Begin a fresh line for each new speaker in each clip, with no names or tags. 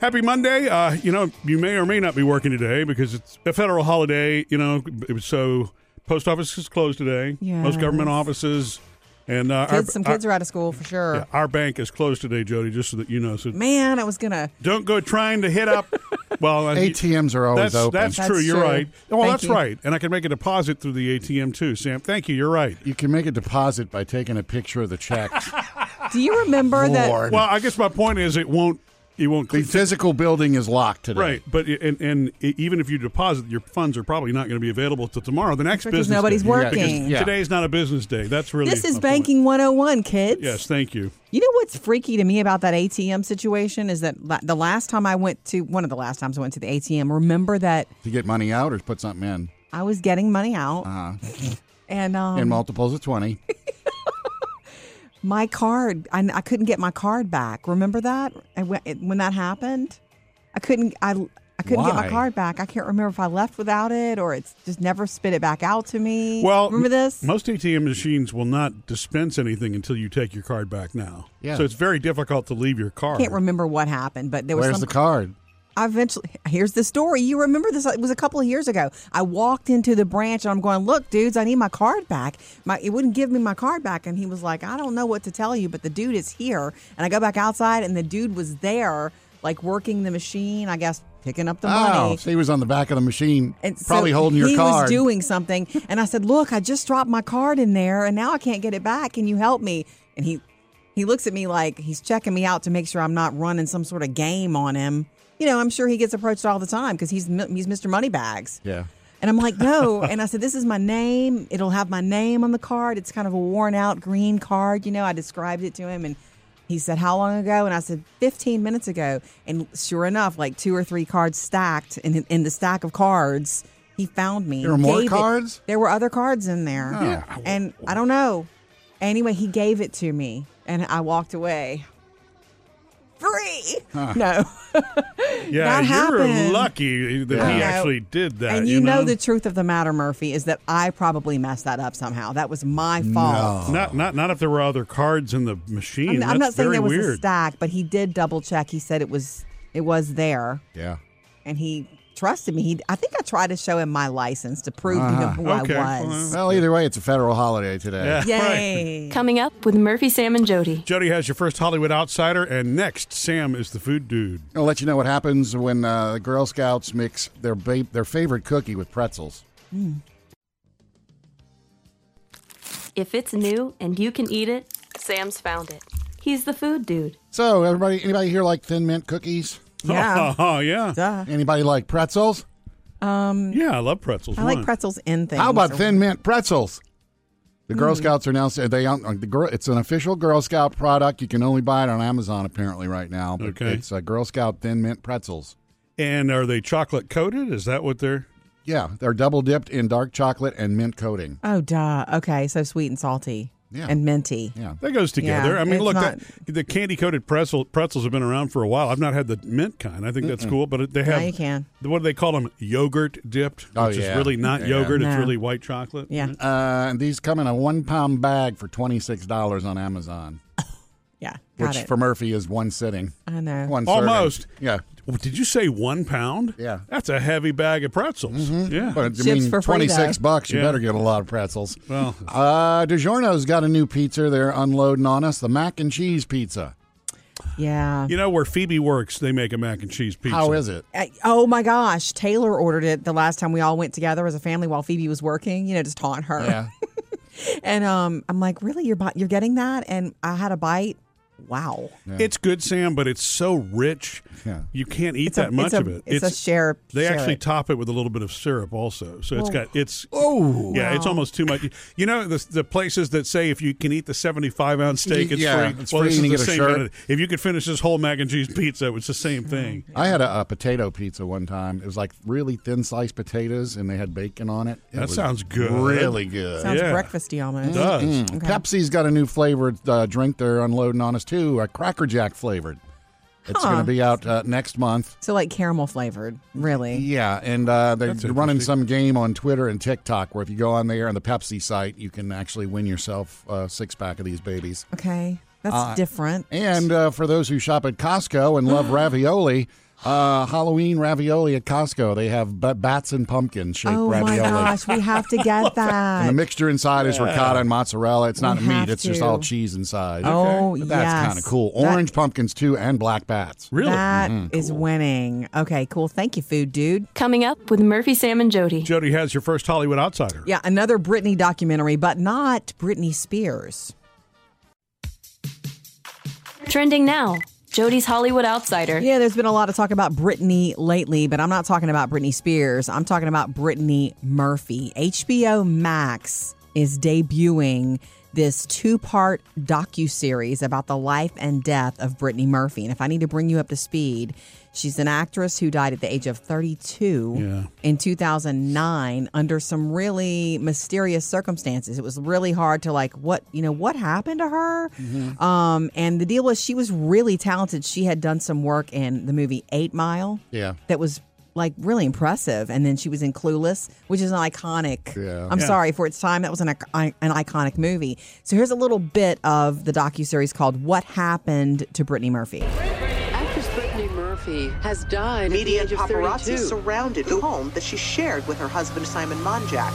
Happy Monday. Uh, you know, you may or may not be working today because it's a federal holiday, you know, so post office is closed today. Most government
Yes.
offices and uh, our,
Kids, some kids are Mm. out of school for sure.
our, yeah, our bank is closed today, Jody, just so that you know. So
Man, I was gonna.
don't go trying to hit up. Well, uh,
ATMs are always
that's,
open.
That's,
That's
true. You're
true.
right. Well,
Thank
that's
you.
right. And I can make a deposit through the ATM too, Sam. Thank you. You're right.
you can make a deposit by taking a picture of the checks.
Do you remember that?
Lord.
Well, I guess my point is it won't. It won't.
the
Clean.
physical building is locked today.
Right, but i- and and i- even if you deposit, your funds are probably not going to be available till tomorrow, the next
Because
business.
nobody's
day.
working.
Because
Yeah.
Today's not a business day. That's really
This is
my point.
banking 101, kids.
Yes, thank you.
You know what's freaky to me about that ATM situation is that la- the last time I went to one of the last times I went to the ATM, remember that
To get money out or put something in.
I was getting money out
Uh-huh.
and um,
In multiples of 20.
my card I, I couldn't get my card back remember that I went, it- when that happened i couldn't i i couldn't get my
Why?
card back i can't remember if i left without it or it's just never spit it back out to me
Well,
remember this
Most ATM machines will not dispense anything until you take your card back now.
Yeah.
So it's very difficult to leave your card.
can't remember what happened but there was
Where's
some
the card?
I eventually here's the story you remember this it was a couple of years ago i walked into the branch and i'm going look dudes i need my card back my it wouldn't give me my card back and he was like i don't know what to tell you but the dude is here and i go back outside and the dude was there like working the machine i guess picking up the
Oh,
money
so he was on the back of the machine,
and so
probably holding your
he
card.
was doing something and i said look i just dropped my card in there and now i can't get it back can you help me and he he looks at me like he's checking me out to make sure i'm not running some sort of game on him you know i'm sure he gets approached all the time because he's mi- he's mr moneybags
yeah.
and i'm like no and i said this is my name it'll have my name on the card it's kind of a worn out green card you know i described it to him and he said how long ago and i said 15 minutes ago and sure enough like two or three cards stacked in, in the stack of cards he found me
There were more
gave it-
cards? Oh.
there were other cards in there and i don't know anyway he gave it to me and i walked away free no
yeah,
that
you're
happened.
lucky that
I
he
know.
actually did that.
and you, know?
know
the truth of the matter murphy is that i probably messed that up somehow that was my fault
Not, not, not if there were other cards in the machine.
I'm, I'm not
That's
saying
very
there was
weird.
a stack but he did double check he said it was it was there
Yeah.
and he trusted me. He, I think I tried to show him my license to prove to him who
Okay.
I was.
Uh-huh. Well, either way, it's a federal holiday today.
Yeah.
Yay!
Coming up with Murphy, Sam, and Jody.
Jody has your first Hollywood outsider, and next Sam is the food dude.
I'll let you know what happens when uh, the Girl Scouts mix their ba- their favorite cookie with pretzels.
If it's new and you can eat it, Sam's found it. He's the food dude.
So, everybody, anybody here like thin mint cookies?
Yeah.
Oh, yeah.
Duh. Um,
Anybody like pretzels?
Yeah, I love pretzels.
I like
Why?
pretzels in things. Hmm.
How about
or-
thin mint pretzels? The Girl Scouts are now they on the girl. It's an official Girl Scout product. You can only buy it on Amazon apparently right now. But
Okay.
it's uh, Girl Scout thin mint pretzels.
And are they chocolate coated? Is that what they're?
Yeah, they're double dipped in dark chocolate and mint coating.
Oh, duh. Okay, so sweet and salty.
Yeah.
And minty.
Yeah,
That goes together.
Yeah,
I mean,
it's
look,
not-
that, the candy coated pretzel, pretzels have been around for a while. I've not had the mint kind. I think that's cool, but it- they
Now
have.
you can.
What do they call them? Yogurt dipped,
Oh,
which is
yeah.
really not
Yeah.
yogurt. It's
No.
really white chocolate.
Yeah.
uh, and these come in a one pound bag for twenty six dollars on Amazon,
Yeah. Got
which
it.
for Murphy is one sitting,
I know.
one serving.
Almost.
Yeah,
Well, Did you say one pound?
Yeah. Mm-hmm.
That's a heavy bag of pretzels. Yeah.
But you
Chips
mean
for free,
twenty six
though.
bucks? You
Yeah.
better get a lot of pretzels.
Well.
uh, DiGiorno's got a new pizza. They're unloading on us the mac and cheese pizza.
yeah.
you know where Phoebe works, they make a mac and cheese pizza.
How is it?
I- oh my gosh. Taylor ordered it the last time we all went together as a family while Phoebe was working, you know, just taunt her.
Yeah.
And um, I'm like, really? You're, bu- you're getting that? And I had a bite. Wow.
It's good, Sam, but it's so rich.
Yeah.
You can't eat
It's a-
that much
it's a-
of it.
it's a share-
They
share
actually
it.
top it with a little bit of syrup, also. So it's got it's.
Oh.
Yeah, it's almost too much. You know the, the places that say if you can eat the seventy-five ounce steak, it's
Yeah,
free.
it's
well,
free
this
and you
is the
get
same.
a shirt. Mm-hmm.
kind of- If you could finish this whole mac and cheese pizza, it's the same thing.
I had a, a potato pizza one time. It was like really thin sliced potatoes, and they had bacon on it. It
That
was
sounds good.
Really good.
Sounds
Yeah.
breakfasty almost.
It does.
Mm. Pepsi's got a new flavored uh, drink they're unloading on us too, a Cracker Jack flavored. It's going to be out uh, next month.
So like caramel flavored, really.
Yeah, and uh, they're
That's
running
interesting.
some game on Twitter and TikTok where if you go on there on the Pepsi site, you can actually win yourself a six pack of these babies.
Okay. That's different.
And uh, for those who shop at Costco and love ravioli, Uh, Halloween ravioli at Costco. They have b- bats and pumpkin shaped
Oh my
ravioli.
gosh, we have to get
And the
that.
mixture inside is ricotta and mozzarella. It's not
We
meat,
have
it's just
to.
all cheese inside.
Oh,
But that's
yes.
kind of cool.
That-
Orange pumpkins, too, and black bats.
Really? Mm-hmm.
That is winning. Okay, cool. Thank you, food dude.
Coming up with Murphy, Sam, and Jody.
Jody has your first Hollywood outsider.
Yeah, another Britney documentary, but not Britney Spears.
Trending now. Jody's Hollywood Outsider.
Yeah, there's been a lot of talk about Britney lately, but I'm not talking about Britney Spears. I'm talking about Britney Murphy. HBO Max is debuting this two-part docu-series about the life and death of Britney Murphy. And if I need to bring you up to speed, she's an actress who died at the age of 32
Yeah.
in 2009 under some really mysterious circumstances. It was really hard to like what you know what happened to her.
Mm-hmm.
Um, and the deal was she was really talented. She had done some work in the movie Eight Mile.
Yeah.
that was like really impressive. And then she was in Clueless, which is an iconic.
Yeah.
I'm sorry for its time. That was an ic- an iconic movie. So here's a little bit of the docu series called "What Happened to Brittany Murphy."
Actress Brittany Murphy has died
Media
at the
and
age of
paparazzi
32.
surrounded the home that she shared with her husband Simon Monjack.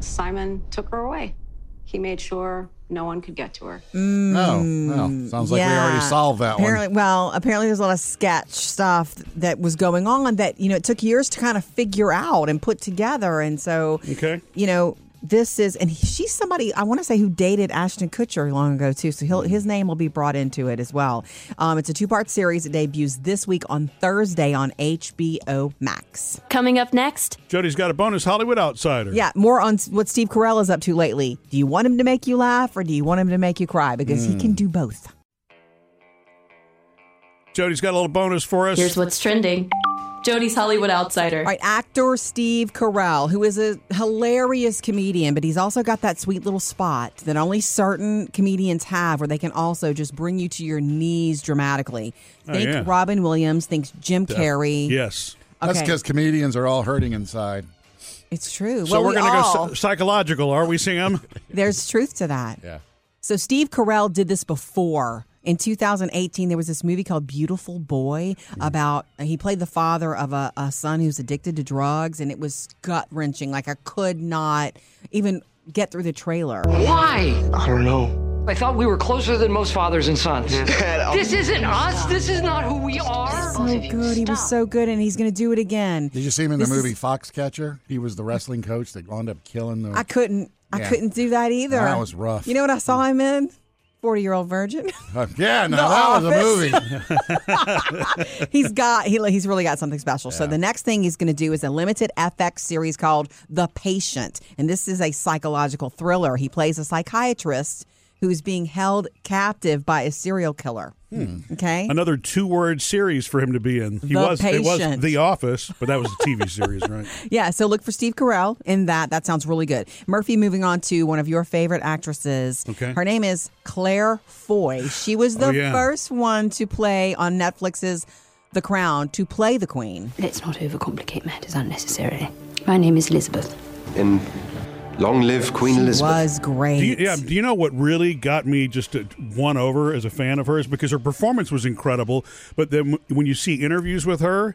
Simon took her away. He made sure no one could get to her.
No, no. Sounds like we already solved that
Mm. apparently,
one.
Well, apparently there's a lot of sketch stuff that was going on that, you know, it took years to kind of figure out and put together. And so,
Okay.
you know, this is, and he- she's somebody I want to say who dated Ashton Kutcher long ago too. So he'll, his name will be brought into it as well. Um, it's a two part series. It debuts this week on Thursday on HBO Max.
Coming up next,
Jody's got a bonus Hollywood outsider.
Yeah, more on s- what Steve Carell is up to lately. Do you want him to make you laugh or do you want him to make you cry? Because he can
Hmm.
do both.
Jody's got a little bonus for us.
here's what's trending. Jody's Hollywood Outsider.
All right, actor Steve Carell, who is a hilarious comedian, but he's also got that sweet little spot that only certain comedians have where they can also just bring you to your knees dramatically. Think
Oh, yeah.
Robin Williams, thinks Jim Carrey.
yes.
That's
Okay.
because comedians are all hurting inside.
It's true.
so
well,
we're
we
gonna
all,
go psy- psychological, are we, Sam?
There's truth to that.
Yeah.
So Steve Carell did this before. In 2018, there was this movie called Beautiful Boy
Mm.
about he played the father of a, a son who's addicted to drugs, and it was gut wrenching. Like I could not even get through the trailer.
Why?
I don't know.
I thought we were closer than most fathers and sons. this isn't us. This is not who we are.
So good, he was so good, and he's going to do it again.
Did you see him in the
This is-
movie Foxcatcher? He was the wrestling coach that wound up killing the.
I couldn't. I
Yeah.
couldn't do that either.
That was rough.
You know what I saw him in? Forty year old virgin.
yeah, no,
The
that was a movie.
he's got he, he's really got something special. So the next thing he's going to do is a limited FX series called The Patient, and this is a psychological thriller. He plays a psychiatrist who's being held captive by a serial killer.
Hmm.
Okay.
Another two-word series for him to be in. He
The
was. It was
Patient.
The Office, but that was a TV series, right?
Yeah, so look for Steve Carell in that. That sounds really good. Murphy, moving on to one of your favorite actresses.
Okay.
Her name is Claire Foy. She was the
Oh, yeah.
first one to play on Netflix's The Crown to play the Queen.
Let's not overcomplicate matters unnecessarily. My name is Elizabeth.
And long live Queen
She was great.
Do you, yeah. Do you know what really got me just uh, won over as a fan of hers? Because her performance was incredible. But then w- when you see interviews with her,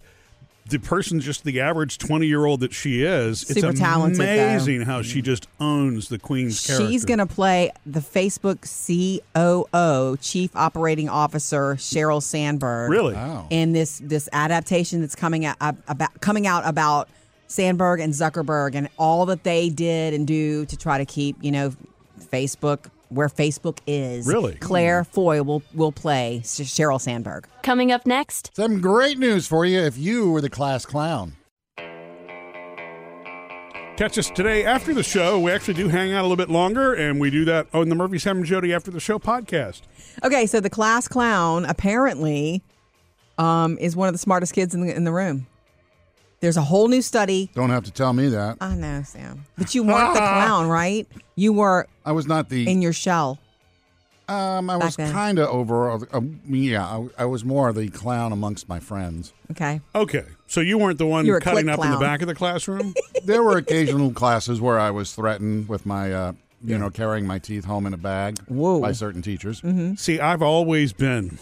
the person's just the average twenty-year-old that she is.
Super
it's
talented, though. Mm.
Amazing how she just owns the queen's character.
She's going to play the Facebook COO, Chief Operating Officer Cheryl Sandberg.
really.
In this this adaptation that's coming out ab- about coming out about Sandberg and Zuckerberg and all that they did and do to try to keep you know Facebook where Facebook is.
Really?
Claire Foy will will play Sh- Cheryl Sandberg.
Coming up next,
Some great news for you if you were the class clown.
Catch us today after the show. We actually do hang out a little bit longer, and we do that on the Murphy Sam and Jody after the show podcast.
Okay, so the class clown apparently um, is one of the smartest kids in the, in the room. There's a whole new study
Don't have to tell me that.
I know, Sam. But you weren't the clown, right? You were
I was not the.
in your shell.
um, I
back
was
then.
kind of over. Um, yeah, I, I was more the clown amongst my friends.
Okay.
Okay, so you weren't the one
You were a
cutting
click
up in the
clown.
back of the classroom.
There were occasional classes where I was threatened with my, uh, you know, carrying my teeth home in a bag
Whoa. Mm-hmm.
by certain teachers.
See, I've always been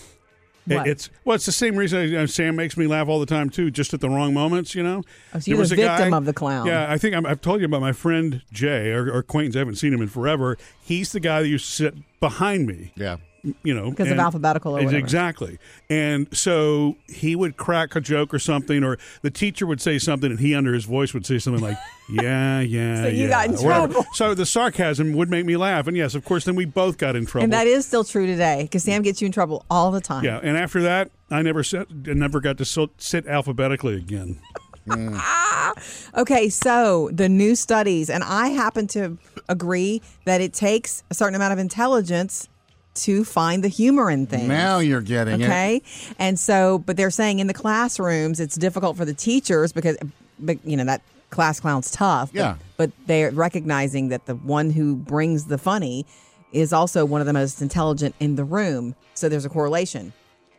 It-
What?
It's well, it's the same reason you know, Sam makes me laugh all the time too, just at the wrong moments, you know.
Oh, so you're the victim of the clown.
Yeah, I think I'm, I've told you about my friend Jay or, or acquaintance. I haven't seen him in forever. He's the guy that used to sit behind me.
Yeah.
You know,
'Cause of
and-
alphabetical or
Ex-
whatever.
Exactly. And so he would crack a joke or something, or the teacher would say something, and he under his voice would say something like, "Yeah, yeah."
So you
yeah,"
got in
or whatever.
trouble.
So the sarcasm would make me laugh, and yes, of course, then we both got in trouble.
And that is still true today because Sam gets you in trouble all the time.
Yeah, and after that, I never sat, never got to sit, sit alphabetically again.
Okay, so the new studies, and I happen to agree that it takes a certain amount of intelligence to find the humor in things.
Now you're getting it.
okay and so but they're saying in the classrooms it's difficult for the teachers because but you know that class clown's tough but-
Yeah.
but they're recognizing that the one who brings the funny is also one of the most intelligent in the room so there's a correlation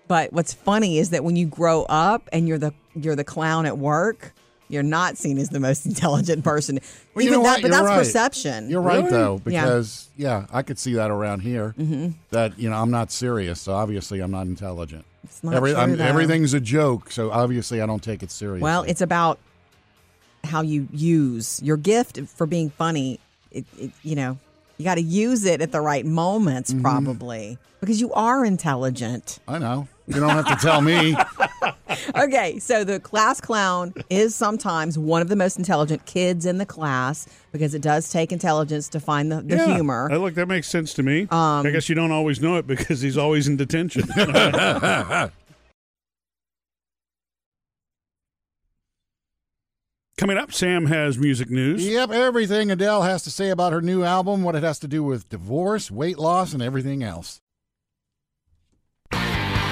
but what's funny is that when you grow up and you're the you're the clown at work you're not seen as the most intelligent person
Well, you know
that
what?
but
You're
that's
right.
perception
You're right
Really?
though,
Yeah. Mm-hmm.
because yeah. I could see that around here. That you know, I'm not serious, so obviously I'm not intelligent.
It's not true, though.
everything's a joke, so obviously I don't take it seriously.
Well, it's about how you use your gift for being funny. It, it, you know, you got to use it at the right moments,
Mm-hmm.
probably, because you are intelligent.
I know. You don't have to tell me.
okay, so the class clown is sometimes one of the most intelligent kids in the class because it does take intelligence to find the, the
Yeah.
humor. Um,
I,
Oh.
look, that makes sense to me. I guess you don't always know it because he's always in detention. Coming up, Sam has music news.
yep, everything Adele has to say about her new album, what it has to do with divorce, weight loss, and everything else.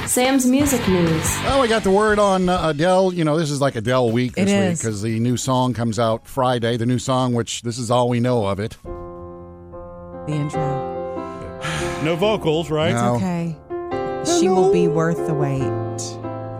Sam's music news.
Well, we got the word on uh, Adele. You know, this is like Adele week
It
this week
is.
because the new song comes out Friday. The new song, which this is all we know of it.
the intro.
No vocals, right?
No. Oh.
Okay. She will be worth the wait.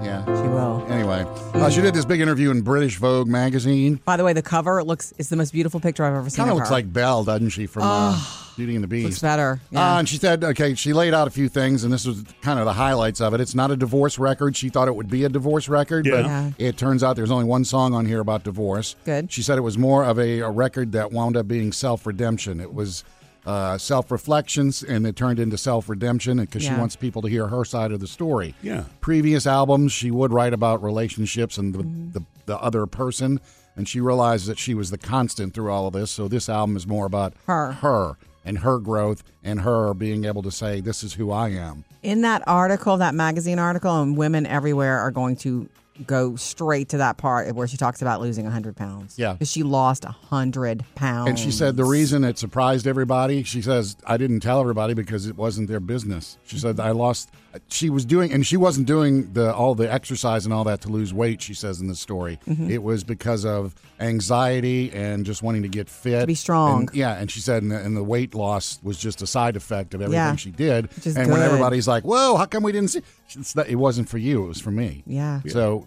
Yeah.
She will.
Anyway, uh, she did this big interview in British Vogue magazine.
By the way, the cover looks is the most beautiful picture I've ever seen.
Kind of
of
looks
her.
like Belle, doesn't she, from uh, Beauty and the Beast?
looks better.
Uh, and she said, okay, she laid out a few things, and this was kind of the highlights of it. It's not a divorce record. She thought it would be a divorce record, but
Yeah.
it turns out there's only one song on here about divorce.
Good.
She said it was more of a, a record that wound up being self redemption. It was uh, self reflections, and it turned into self redemption because she
Yeah.
wants people to hear her side of the story.
Yeah.
Previous albums, she would write about relationships and the, the, the other person. And she realized that she was the constant through all of this. So this album is more about
Her.
her and her growth and her being able to say, This is who I am.
in that article, that magazine article, and women everywhere are going to go straight to that part where she talks about losing 100 pounds.
Yeah.
'Cause she lost 100 pounds.
And she said the reason it surprised everybody, she says, I didn't tell everybody because it wasn't their business. She said, I lost, she was doing, and she wasn't doing the all the exercise and all that to lose weight, she says in the story.
Mm-hmm.
It was because of anxiety and just wanting to get fit.
be strong.
And- yeah. And she said, and the, and the weight loss was just a side effect of everything
Yeah.
she did.
Which is
and when
good.
everybody's like, whoa, how come we didn't see? It's not- it wasn't for you, it was for me.
Yeah.
So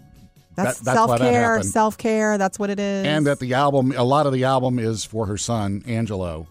That's,
that- that's why
self
that
care,
happened.
self care. That's what it is.
and that the album a lot of the album is for her son angelo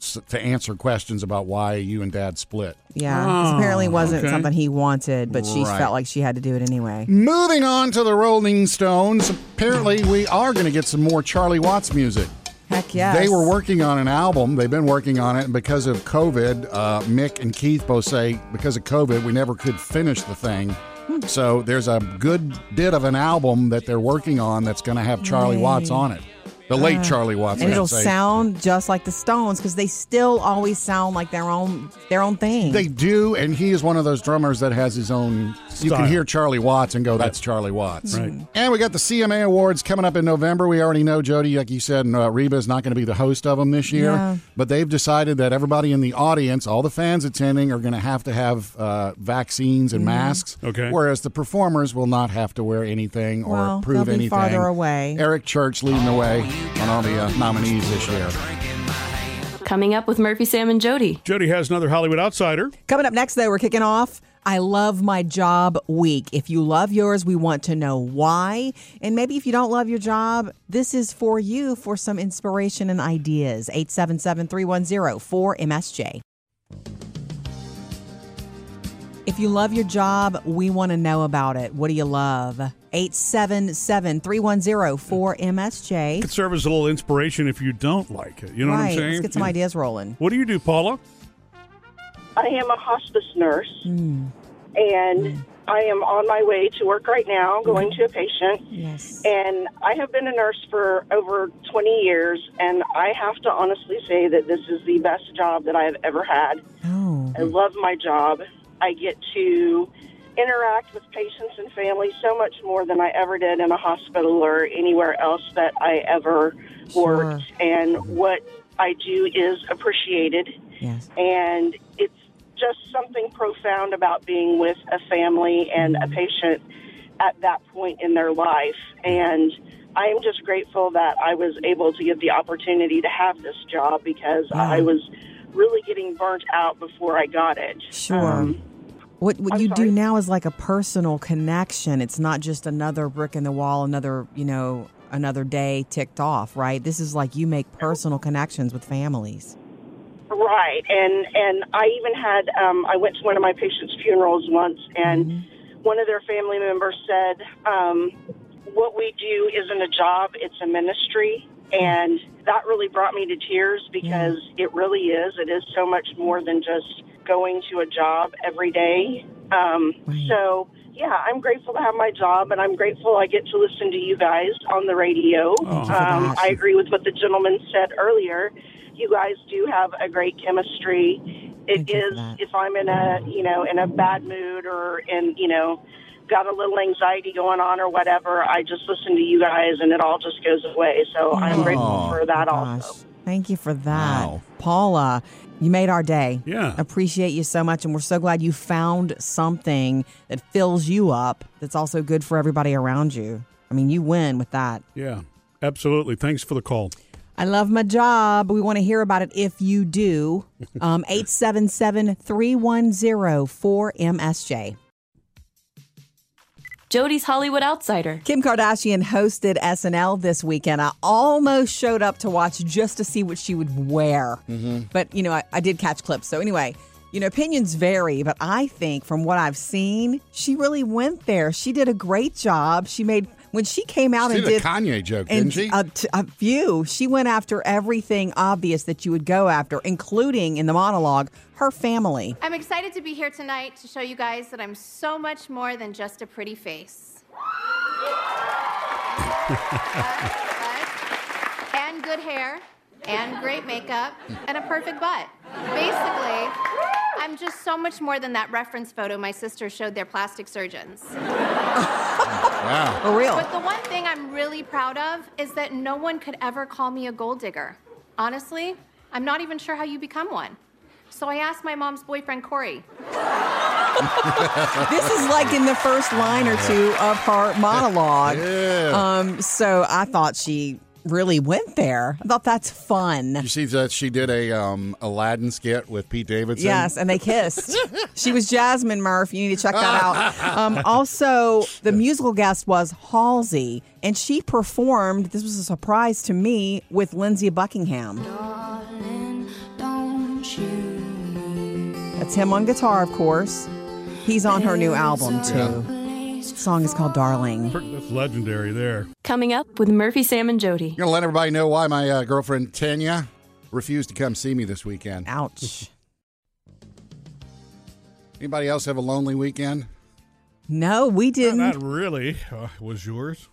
s- to answer questions about why you and dad split
yeah. 'cause apparently it wasn't
okay.
something he wanted, but she
Right.
felt like she had to do it anyway.
moving on to the rolling stones apparently we are going to get some more charlie watts music
Heck yes.
They were working on an album. They've been working on it, and because of COVID, uh, Mick and Keith both say because of COVID, we never could finish the thing.
Hmm.
So there's a good bit of an album that they're working on that's going to have Charlie Watts on it, the late Charlie Watts. I
Uh, And
should
it'll
say.
sound just like the Stones because they still always sound like their own their own thing.
They do, and he is one of those drummers that has his own. You
Style.
can hear Charlie Watts and go, "That's Charlie Watts."
Right.
And we got the CMA Awards coming up in November. We already know Jody, like you said, and uh, Reba is not going to be the host of them this year.
No.
But they've decided that everybody in the audience, all the fans attending, are going to have to have uh, vaccines and
Mm-hmm.
masks.
Okay.
Whereas the performers will not have to wear anything or
Well,
prove
they'll be
anything.
farther away.
Eric Church leading the way on all the uh, nominees this year.
Coming up with Murphy, Sam, and Jody.
Jody has another Hollywood outsider.
Coming up next, though, we're kicking off I Love My Job Week. If you love yours, we want to know why. And maybe if you don't love your job, this is for you for some inspiration and ideas. 877 310 4MSJ. If you love your job, we want to know about it. What do you love? 877 310 4MSJ.
Could serve as a little inspiration if you don't like it. You know what I'm
Right.
saying?
Let's get some ideas rolling.
What do you do, Paula?
I am a hospice nurse, and I am on my way to work right now, going to a patient.
Yes.
And I have been a nurse for over 20 years, and I have to honestly say that this is the best job that I have ever had.
Oh.
I love my job. I get to interact with patients and families so much more than I ever did in a hospital or anywhere else that I ever worked. And what I do is appreciated.
Yes.
And it's just something profound about being with a family and a patient at that point in their life. And I am just grateful that I was able to get the opportunity to have this job because I was really getting burnt out before I got it.
Sure.
Um,
what what
I'm
you
sorry?
do now is like a personal connection. It's not just another brick in the wall, another, you know, another day ticked off, right? This is like you make personal connections with families.
Right, and and I even had um, I went to one of my patients' funerals once, and
Mm-hmm.
one of their family members said, um, "What we do isn't a job; it's a ministry." And that really brought me to tears because it really is. It is so much more than just going to a job every day. Um, So, yeah, I'm grateful to have my job, and I'm grateful I get to listen to you guys on the radio.
Thank you for
um,
that.
I agree with what the gentleman said earlier. You guys do have a great chemistry. It
Thank you for
is
that.
if I'm in a you know in a bad mood or in you know got a little anxiety going on or whatever, I just listen to you guys and it all just goes away. So I'm grateful for
Oh,
that also.
Thank you for that. Paula, you made our day.
Yeah.
Appreciate you so much. And we're so glad you found something that fills you up that's also good for everybody around you. I mean, you win with that.
Yeah, absolutely. Thanks for the call.
I love my job. We want to hear about it if you do. Um, 877 310 4MSJ.
Jody's Hollywood Outsider.
Kim Kardashian hosted SNL this weekend. I almost showed up to watch just to see what she would wear.
Mm-hmm.
But, you know, I, I did catch clips. So, anyway, you know, opinions vary, but I think from what I've seen, she really went there. She did a great job. She made, when she came out
She
and
did a
did.
Kanye joke,
and
didn't she?
A, t- a few. She went after everything obvious that you would go after, including in the monologue, her family.
I'm excited to be here tonight to show you guys that I'm so much more than just a pretty face. And good hair, and great makeup, and a perfect butt. Basically, I'm just so much more than that reference photo my sister showed their plastic surgeons.
wow.
But the one thing I'm really proud of is that no one could ever call me a gold digger. Honestly, I'm not even sure how you become one. So I asked my mom's boyfriend, Corey.
this is like in the first line or two of her monologue. Um, so I thought she really went there. I thought that's fun.
You see that she did a um, Aladdin skit with Pete Davidson.
Yes, and they kissed. she was Jasmine Murph. You need to check that out. Um, also, the musical guest was Halsey, and she performed. This was a surprise to me with Lindsay Buckingham. That's him on guitar, of course. He's on her new album too. Song is called "Darling."
That's legendary there.
Coming up with Murphy, Sam, and Jody.
Gonna let everybody know why my uh, girlfriend Tanya refused to come see me this weekend.
Ouch.
Anybody else have a lonely weekend?
No, we didn't.
Not really. Uh, was yours?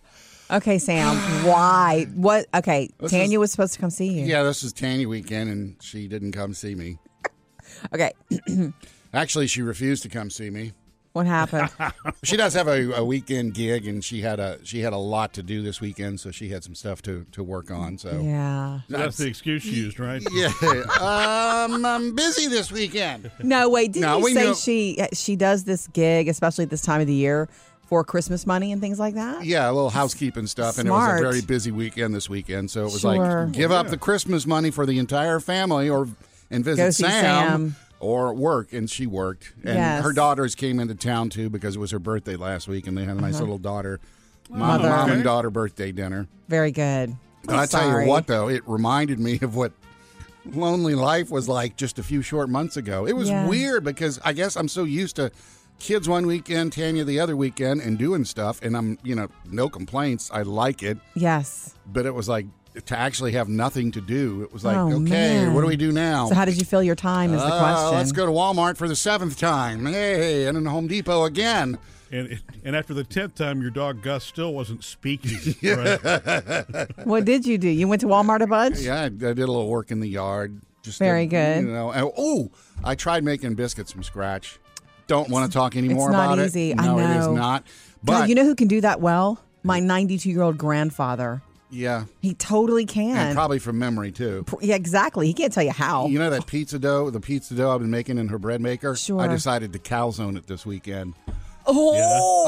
Okay, Sam. Why? What? Okay,
This
Tanya was supposed to come see you.
Yeah, this was Tanya weekend, and she didn't come see me.
Okay,
Actually, she refused to come see me.
what happened?
She does have a, a weekend gig, and she had a she had a lot to do this weekend, so she had some stuff to to work on. So
yeah.
So that's the excuse you used, right?
yeah, um, I'm busy this weekend.
No, wait. Did
No,
you
we
say
know-
she she does this gig, especially at this time of the year, for Christmas money and things like that?
Yeah, a little housekeeping stuff, and it was
Smart.
a very busy weekend this weekend. So it was
Sure.
like give up the Christmas money for the entire family, or and visit
Go see Sam.
or work. And she worked, and
Yes.
her daughters came into town too because it was her birthday last week, and they had a
Uh-huh.
nice little daughter, mom,
Mother.
mom
Okay.
and daughter birthday dinner.
Very good.
But
I'm
I tell
sorry.
you what, though, it reminded me of what lonely life was like just a few short months ago. It was
Yeah.
weird because I guess I'm so used to kids one weekend, Tanya the other weekend, and doing stuff. And I'm, you know, no complaints. I like it.
Yes.
But it was like to actually have nothing to do. It was like,
Oh,
okay,
man.
what do we do now?
So how did you fill your time? Is the
Uh,
question.
Let's go to Walmart for the seventh time. Hey, and then Home Depot again.
And and after the tenth time, your dog Gus still wasn't speaking. right?
What did you do? You went to Walmart a bunch.
Yeah, I, I did a little work in the yard. Just
Very
to,
good.
You know, and- oh, I tried making biscuits from scratch. Don't want to talk anymore
it's not
about
easy.
it.
I
No, it is
know.
not.
God,
But
you know who can do that well? My 92 year old grandfather.
yeah,
He totally can.
and probably from memory too.
yeah, exactly. He can't tell you how.
You know that pizza dough, the pizza dough I've been making in her bread maker.
Sure.
I decided to calzone it this weekend.
oh,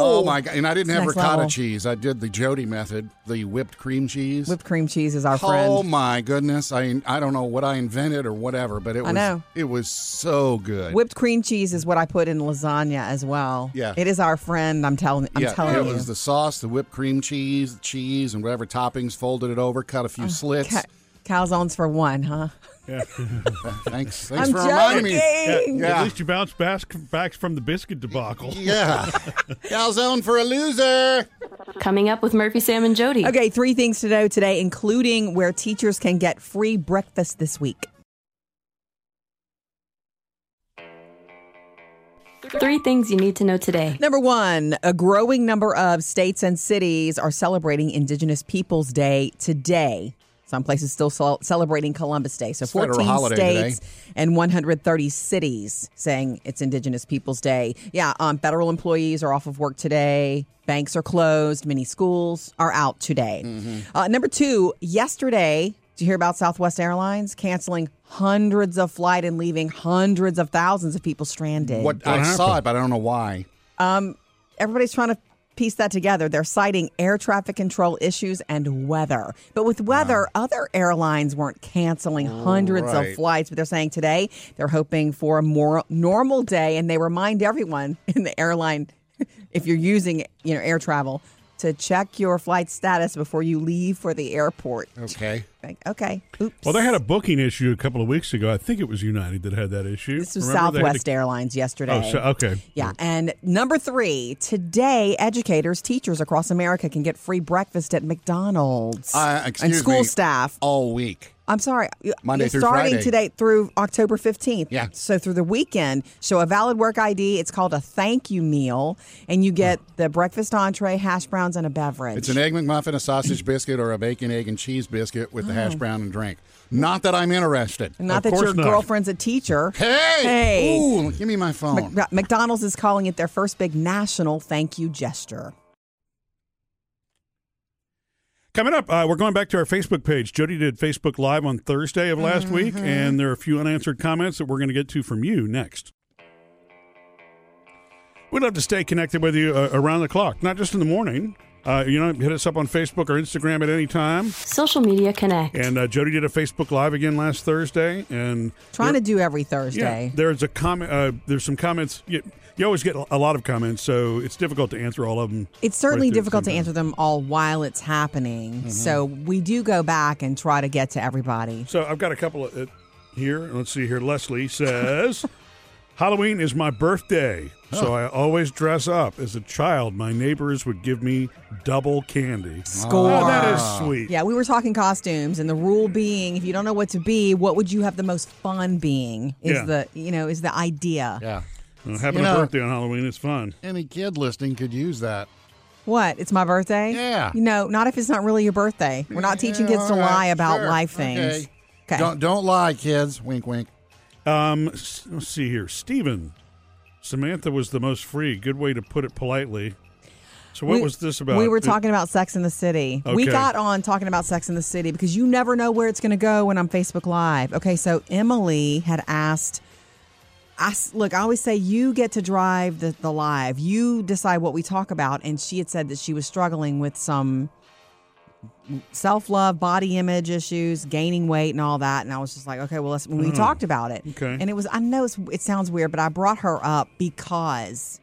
Oh my god! And I didn't
It's
have
next
ricotta
level.
cheese. I did the Jody method, the whipped cream cheese.
Whipped cream cheese is our
Oh
friend.
my goodness! I I don't know what I invented or whatever, but it
I
was
know.
it was so good.
Whipped cream cheese is what I put in lasagna as well.
Yeah.
It is our friend. I'm telling. I'm
yeah,
telling
it
you.
was the sauce, the whipped cream cheese, the cheese, and whatever toppings. Folded it over, cut a few
Oh,
slits.
Ca- calzones for one, huh?
Yeah.
Thanks, thanks
I'm
for
joking.
reminding me.
Yeah, At
Yeah,
least you bounced back, back from the biscuit debacle.
yeah. calzone for a loser.
Coming up with Murphy, Sam, and Jody.
Okay, three things to know today, including where teachers can get free breakfast this week.
Three things you need to know today.
Number one, a growing number of states and cities are celebrating Indigenous Peoples Day today. Some places still cel- celebrating Columbus Day. So
It's federal
14
holiday
states
today.
and 130 cities saying it's Indigenous Peoples Day. Yeah, um, federal employees are off of work today. Banks are closed. Many schools are out today.
Mm-hmm.
Uh, number two, yesterday, did you hear about Southwest Airlines canceling hundreds of flight and leaving hundreds of thousands of people stranded?
What I saw it, but I don't know why.
Um, everybody's trying to piece that together. They're citing air traffic control issues and weather. But with weather, other airlines weren't canceling
Oh,
hundreds
Right.
of flights, but they're saying today they're hoping for a more normal day. And they remind everyone in the airline, if you're using you know air travel, to check your flight status before you leave for the airport.
Okay.
Like, okay, oops.
Oh. Well, they had a booking issue a couple of weeks ago. I think it was United that had that issue.
This was
Remember they had
Southwest Airlines
to-
yesterday.
Oh, so, okay.
Yeah. And number three, today, educators, teachers across America can get free breakfast at McDonald's
Uh,
and
excuse
school
me.
staff.
All week.
I'm sorry. you-
Monday
you're
through
starting
Friday.
today through October 15th.
Yeah.
So through the weekend, show a valid work ID. It's called a thank you meal, and you get the breakfast entree, hash browns, and a beverage.
It's an e- egg McMuffin, a sausage biscuit, or a bacon, egg, and cheese biscuit with the
Oh.
hash brown and drink. Not that I'm interested.
not
Of
that your
course not.
girlfriend's a teacher.
Hey!
Hey!
Ooh, give me my phone.
Mc- uh, McDonald's is calling it their first big national thank you gesture.
Coming up, uh, we're going back to our Facebook page. Jody did Facebook Live on Thursday of last week,
Mm-hmm.
and there are a few unanswered comments that we're going to get to from you next. We'd love to stay connected with you uh, around the clock, not just in the morning. Uh, you know, hit us up on Facebook or Instagram at any time.
Social media connect.
And uh, Jody did a Facebook Live again last Thursday, and
Trying to do every
yeah,
Thursday.
there's a comment. Uh, there's some comments. You, you always get a lot of comments, so it's difficult to answer all of them.
It's certainly
right there at the
difficult to
same time.
answer them all while it's happening.
Mm-hmm.
So we do go back and try to get to everybody.
So I've got a couple of uh, here. Let's see here. Leslie says, Halloween is my birthday,
Oh.
so I always dress up. As a child, my neighbors would give me double candy.
Score.
Oh, that is sweet.
Yeah, we were talking costumes and the rule being if you don't know what to be, what would you have the most fun being is
Yeah.
the you know, is the idea.
Yeah.
Uh, having
You
a
know-
birthday on Halloween is fun.
Any kid listening could use that.
What? It's my birthday?
Yeah.
You know, not if it's not really your birthday. We're not teaching
Yeah,
kids to
all right,
lie about
sure,
life things.
okay. Don't don't lie, kids. Wink, wink.
Um, s- let's see here. Steven, Samantha was the most free. Good way to put it politely. So what
We-
was this about? Uh,
We were
It-
talking about Sex in the City. We
Okay.
got on talking about Sex in the City because you never know where it's going to go when I'm Facebook Live. Okay, so Emily had asked. I, s- look, I always say you get to drive the, the live. You decide what we talk about. And she had said that she was struggling with some self love, body image issues, gaining weight, and all that. And I was just like, okay, well, let's, we talked about it.
okay.
And it was, I know it's, it sounds weird, but I brought her up because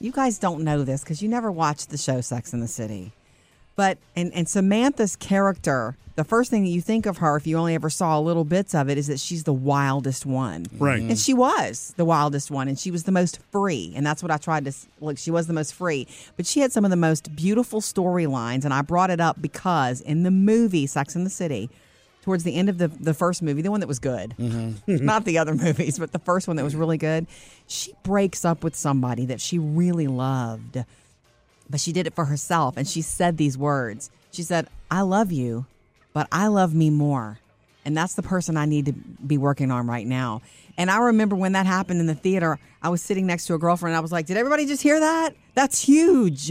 you guys don't know this because you never watched the show Sex in the City. But and and Samantha's character, the first thing that you think of her, if you only ever saw little bits of it, is that she's the wildest one,
Right.
And she was the wildest one, and she was the most free, and that's what I tried to s- look. She was the most free, but she had some of the most beautiful storylines, and I brought it up because in the movie Sex in the City, towards the end of the the first movie, the one that was good, not the other movies, but the first one that was really good, she breaks up with somebody that she really loved but she did it for herself and she said these words she said i love you but i love me more and that's the person i need to be working on right now and i remember when that happened in the theater i was sitting next to a girlfriend and i was like did everybody just hear that that's huge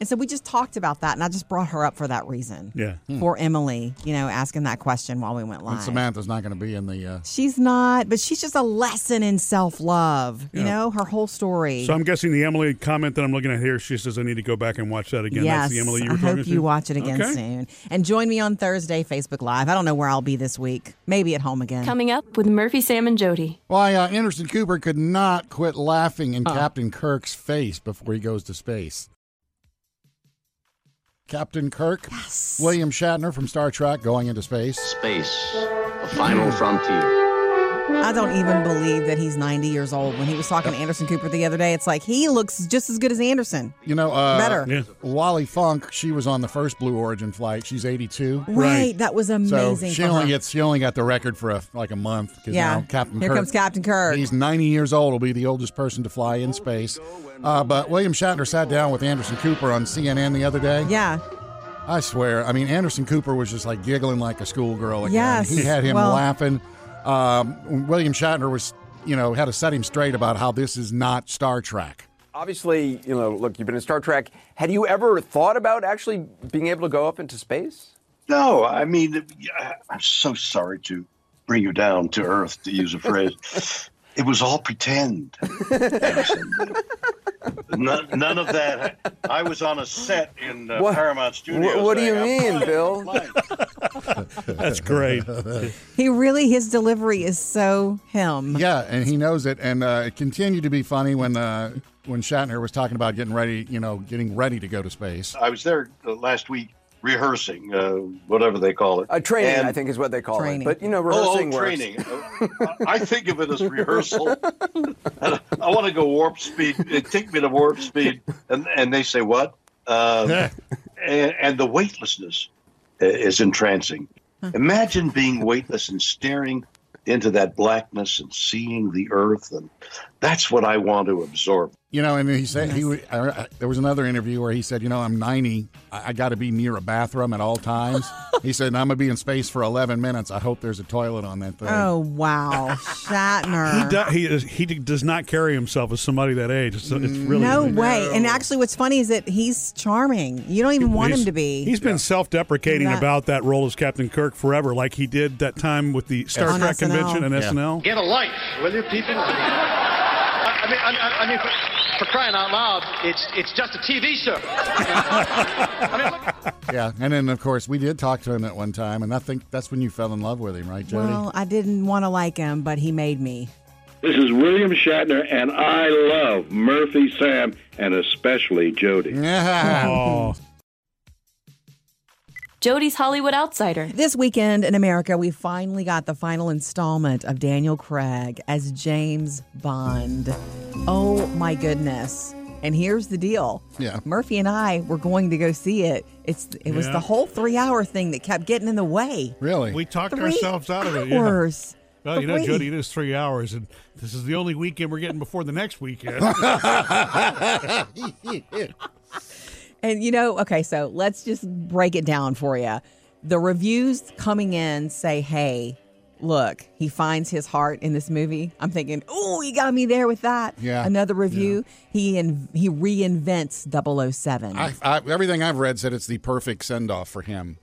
and so we just talked about that and i just brought her up for that reason
Yeah. Hmm.
for emily you know asking that question while we went
And
live
Samantha's not going to be in the. Uh,
she's not but she's just a lesson in self-love you
Yeah.
know her whole story
So I'm guessing the Emily comment that I'm looking at here, she says I need to go back and watch that again.
Yes,
That's the Emily you were
I
talking
hope
to?
you watch it again
Okay.
soon. And join me on Thursday, Facebook Live. I don't know where I'll be this week. Maybe at home again.
Coming up with Murphy, Sam, and Jody.
why uh, Anderson Cooper could not quit laughing
Uh-uh.
in Captain Kirk's face before he goes to space. Captain Kirk, yes. William Shatner from Star Trek going into space.
Space, the final frontier.
I don't even believe that he's 90 years old. When he was talking to Anderson Cooper the other day, it's like he looks just as good as Anderson.
You know, uh,
Better.
Wally Funk, she was on the first Blue Origin flight. She's 82.
Right. That was amazing.
So she
for
only
her.
gets she only got the record for a, like a month because
Yeah.
now Captain
Here
Kirk,
comes Captain Kirk.
He's 90 years old. Will be the oldest person to fly in space. Uh, but William Shatner sat down with Anderson Cooper on CNN the other day.
Yeah.
I swear. I mean, Anderson Cooper was just like giggling like a schoolgirl. Again.
Yes.
He had him
Well-
laughing. Um, William Shatner was, you know, had to set him straight about how this is not Star Trek.
Obviously, you know, look, you've been in Star Trek. Had you ever thought about actually being able to go up into space?
No, I mean, uh, I'm so sorry to bring you down to earth, to use a phrase. it was all pretend. Anderson. none, none of that. I was on a set in uh,
What-
Paramount Studios.
what do you
saying, "I'm
mean, Bill?
That's great.
He really, his delivery is so him.
Yeah, and he knows it, and uh, it continued to be funny when uh, when Shatner was talking about getting ready, you know, getting ready to go to space.
I was there uh, last week rehearsing, uh, whatever they call it.
Uh, training,
And-
I think, is what they call it. But you know,
Oh, oh,
rehearsing works.
training. Uh, I think of it as rehearsal. I want to go warp speed. They take me to warp speed, and and they say what? Uh, and, and the weightlessness i- is entrancing. Imagine being weightless and staring into that blackness and seeing the earth, and that's what I want to absorb.
You know, and he said he. would- I, I, there was another interview where he said, you know, I'm 90, I, I got to be near a bathroom at all times. he said, and I'm gonna be in space for 11 minutes. I hope there's a toilet on that thing.
Oh, wow. Shatner.
He, do, he, is, he d- does not carry himself as somebody that age. It's, it's really
Mm. no way. And actually, what's funny is that he's charming. You don't even want
He's-
him to be.
He's been self-deprecating
That-
about that role as Captain Kirk forever, like he did that time with the Star
On
Trek
SNL.
convention and
Yeah.
SNL.
Get a life, will you, people? I, I mean, I, I- I mean, for, for crying out loud, it's it's just a TV show.
yeah, and then of course we did talk to him at one time, and I think that's when you fell in love with him, right, Jody?
well, I didn't want to like him, but he made me.
This is William Shatner, and I love Murphy, Sam, and especially Jody.
Oh.
Yeah.
Jody's Hollywood Outsider.
This weekend in America, we finally got the final installment of Daniel Craig as James Bond. Oh my goodness. And here's the deal.
Yeah.
Murphy and I were going to go see it. It's it was
Yeah.
the whole 3-hour thing that kept getting in the way.
Really?
We talked
Three
ourselves out of it. yeah.
hours.
Well, you know,
Three.
Jody, it is three hours, and this is the only weekend we're getting before the next weekend.
And you know, okay, so let's just break it down for you. The reviews coming in say, "Hey, look, he finds his heart in this movie." I'm thinking, "Oh, he got me there with that."
Yeah.
Another review, he in, he reinvents 007.
I, I, everything I've read said it's the perfect send off for him.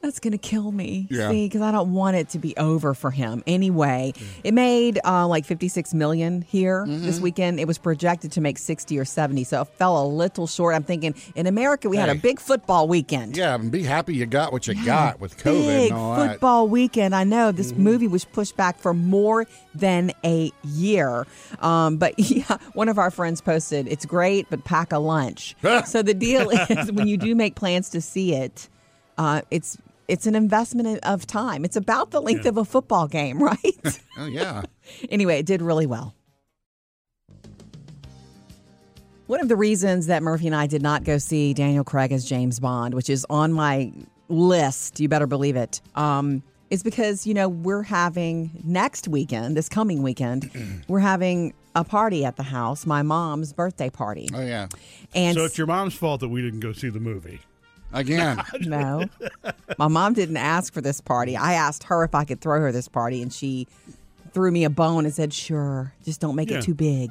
That's gonna kill me.
Yeah.
See, because I don't want it to be over for him anyway. It made uh, like 56 million here
Mm-hmm.
this weekend. It was projected to make 60 or 70, so it fell a little short. I'm thinking in America we had a
Hey.
big football weekend.
Yeah, and be happy you got what you got with COVID
Big
and all that. Mm-hmm.
football weekend. I know this movie was pushed back for more than a year. Um, but yeah, one of our friends posted, "It's great, but pack a lunch." so the deal is, when you do make plans to see it, uh, it's it's an investment of time. It's about the length
Yeah.
of a football game, right?
Oh yeah.
anyway, it did really well. One of the reasons that Murphy and I did not go see Daniel Craig as James Bond, which is on my list, you better believe it, um, is because, you know, we're having next weekend, this coming weekend, we're having a party at the house, my mom's birthday party.
Oh, yeah.
And
so it's your mom's fault that we didn't go see the movie.
Again.
no. My mom didn't ask for this party. I asked her if I could throw her this party, and she threw me a bone and said, "Sure, just don't make
Yeah.
it too big."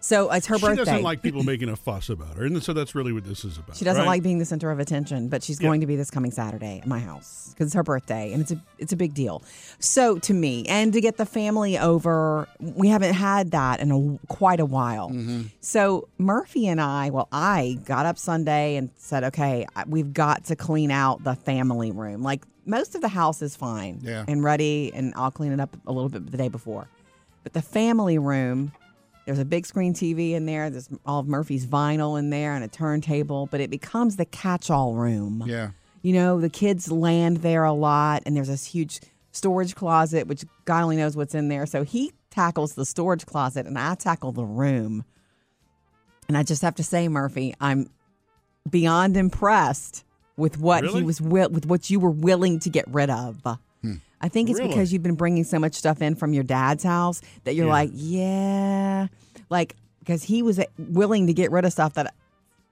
So it's her
she
birthday.
doesn't like people making a fuss about her, and so that's really what this is about.
she doesn't
right?
like being the center of attention, but she's going to be this coming Saturday at my house because it's her birthday and it's a it's a big deal. So to me, and to get the family over, we haven't had that in a, quite a while.
Mm-hmm.
So Murphy and I, well, I got up Sunday and said, okay, I- we've got to clean out the family room. Like most of the house is fine
Yeah.
and ready, and I'll clean it up a little bit the day before. But the family room, there's a big screen TV in there. There's all of Murphy's vinyl in there and a turntable, but it becomes the catch-all room.
Yeah.
You know, the kids land there a lot, and there's this huge storage closet, which God only knows what's in there. So he tackles the storage closet, and I tackle the room. And I just have to say, Murphy, I'm beyond impressed with what
Really?
he was wi- with what you were willing to get rid of. I think it's
Really?
because you've been bringing so much stuff in from your dad's house that you're
Yeah.
like, yeah, like because he was willing to get rid of stuff that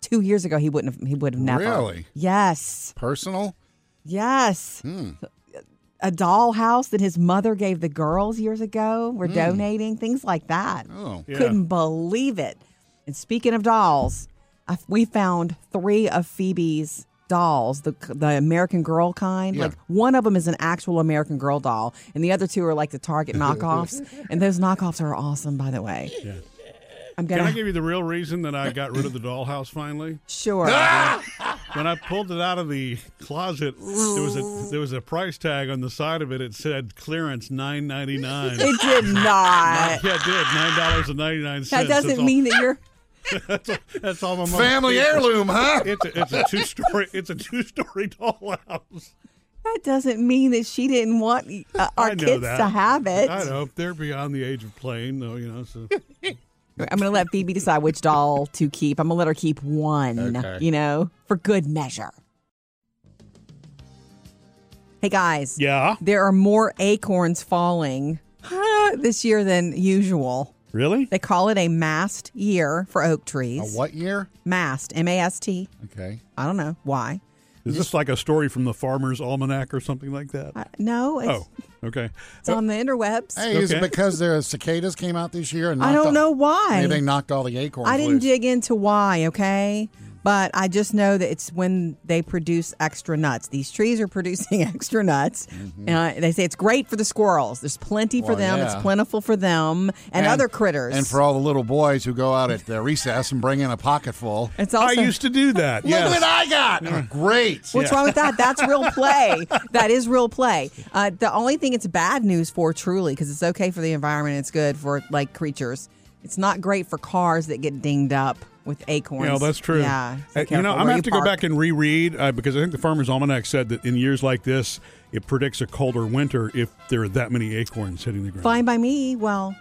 two years ago he wouldn't have. He would have never.
Really?
Yes.
Personal.
Yes.
Hmm.
A dollhouse that his mother gave the girls years ago. We're
Hmm.
donating things like that.
Oh. Yeah.
couldn't believe it. And speaking of dolls, I, we found three of Phoebe's dolls, the the American Girl kind.
Yeah.
Like one of them is an actual American Girl doll, and the other two are like the Target knockoffs. and those knockoffs are awesome, by the way.
Yeah.
I'm
Can I
gonna
give you the real reason that I got rid of the dollhouse finally?
sure.
when I pulled it out of the closet, there was a there was a price tag on the side of it. It said clearance nine ninety nine.
It did not.
Yeah, it did nine dollars and ninety nine
That
cents.
doesn't mean that you're.
that's, all, that's all my mom-
Family heirloom, huh?
It's a, it's a two story. It's a two story dollhouse.
That doesn't mean that she didn't want uh,
I
our
know
kids
that.
to have it.
I know they're beyond the age of playing, though. You know, so
I'm going to let Phoebe decide which doll to keep. I'm going to let her keep one,
Okay.
you know, for good measure. Hey, guys.
Yeah.
There are more acorns falling this year than usual.
Really?
They call it a mast year for oak trees.
A what
year?
Mast. M A S T.
Okay.
I don't know why.
is this like a story from the Farmer's Almanac or something like that?
Uh, No, it's,
oh, okay.
it's on the interwebs.
Hey, is it because the cicadas came out this year? And
I
knocked
don't know
all-
why.
Maybe they knocked all the acorns.
I didn't
loose.
dig into why, okay? But I just know that it's when they produce extra nuts. These trees are producing extra nuts.
Mm-hmm.
Uh, they say it's great for the squirrels. There's plenty for
Well,
them.
yeah.
It's plentiful for them and, other critters.
And for all the little boys who go out at uh, recess and bring in a pocketful.
It's also-
I used to do that.
Look
yes.
what I got. Great.
What's wrong with that? That's real play. that is real play. Uh, the only thing it's bad news for, truly, because it's okay for the environment. It's good for like creatures. It's not great for cars that get dinged up with acorns.
Yeah, that's true.
Yeah,
Uh, you
so
know,
careful
I'm
where
gonna have to go
park.
back and reread uh, because I think the Farmer's Almanac said that in years like this, it predicts a colder winter if there are that many acorns hitting the ground.
Fine by me. Well,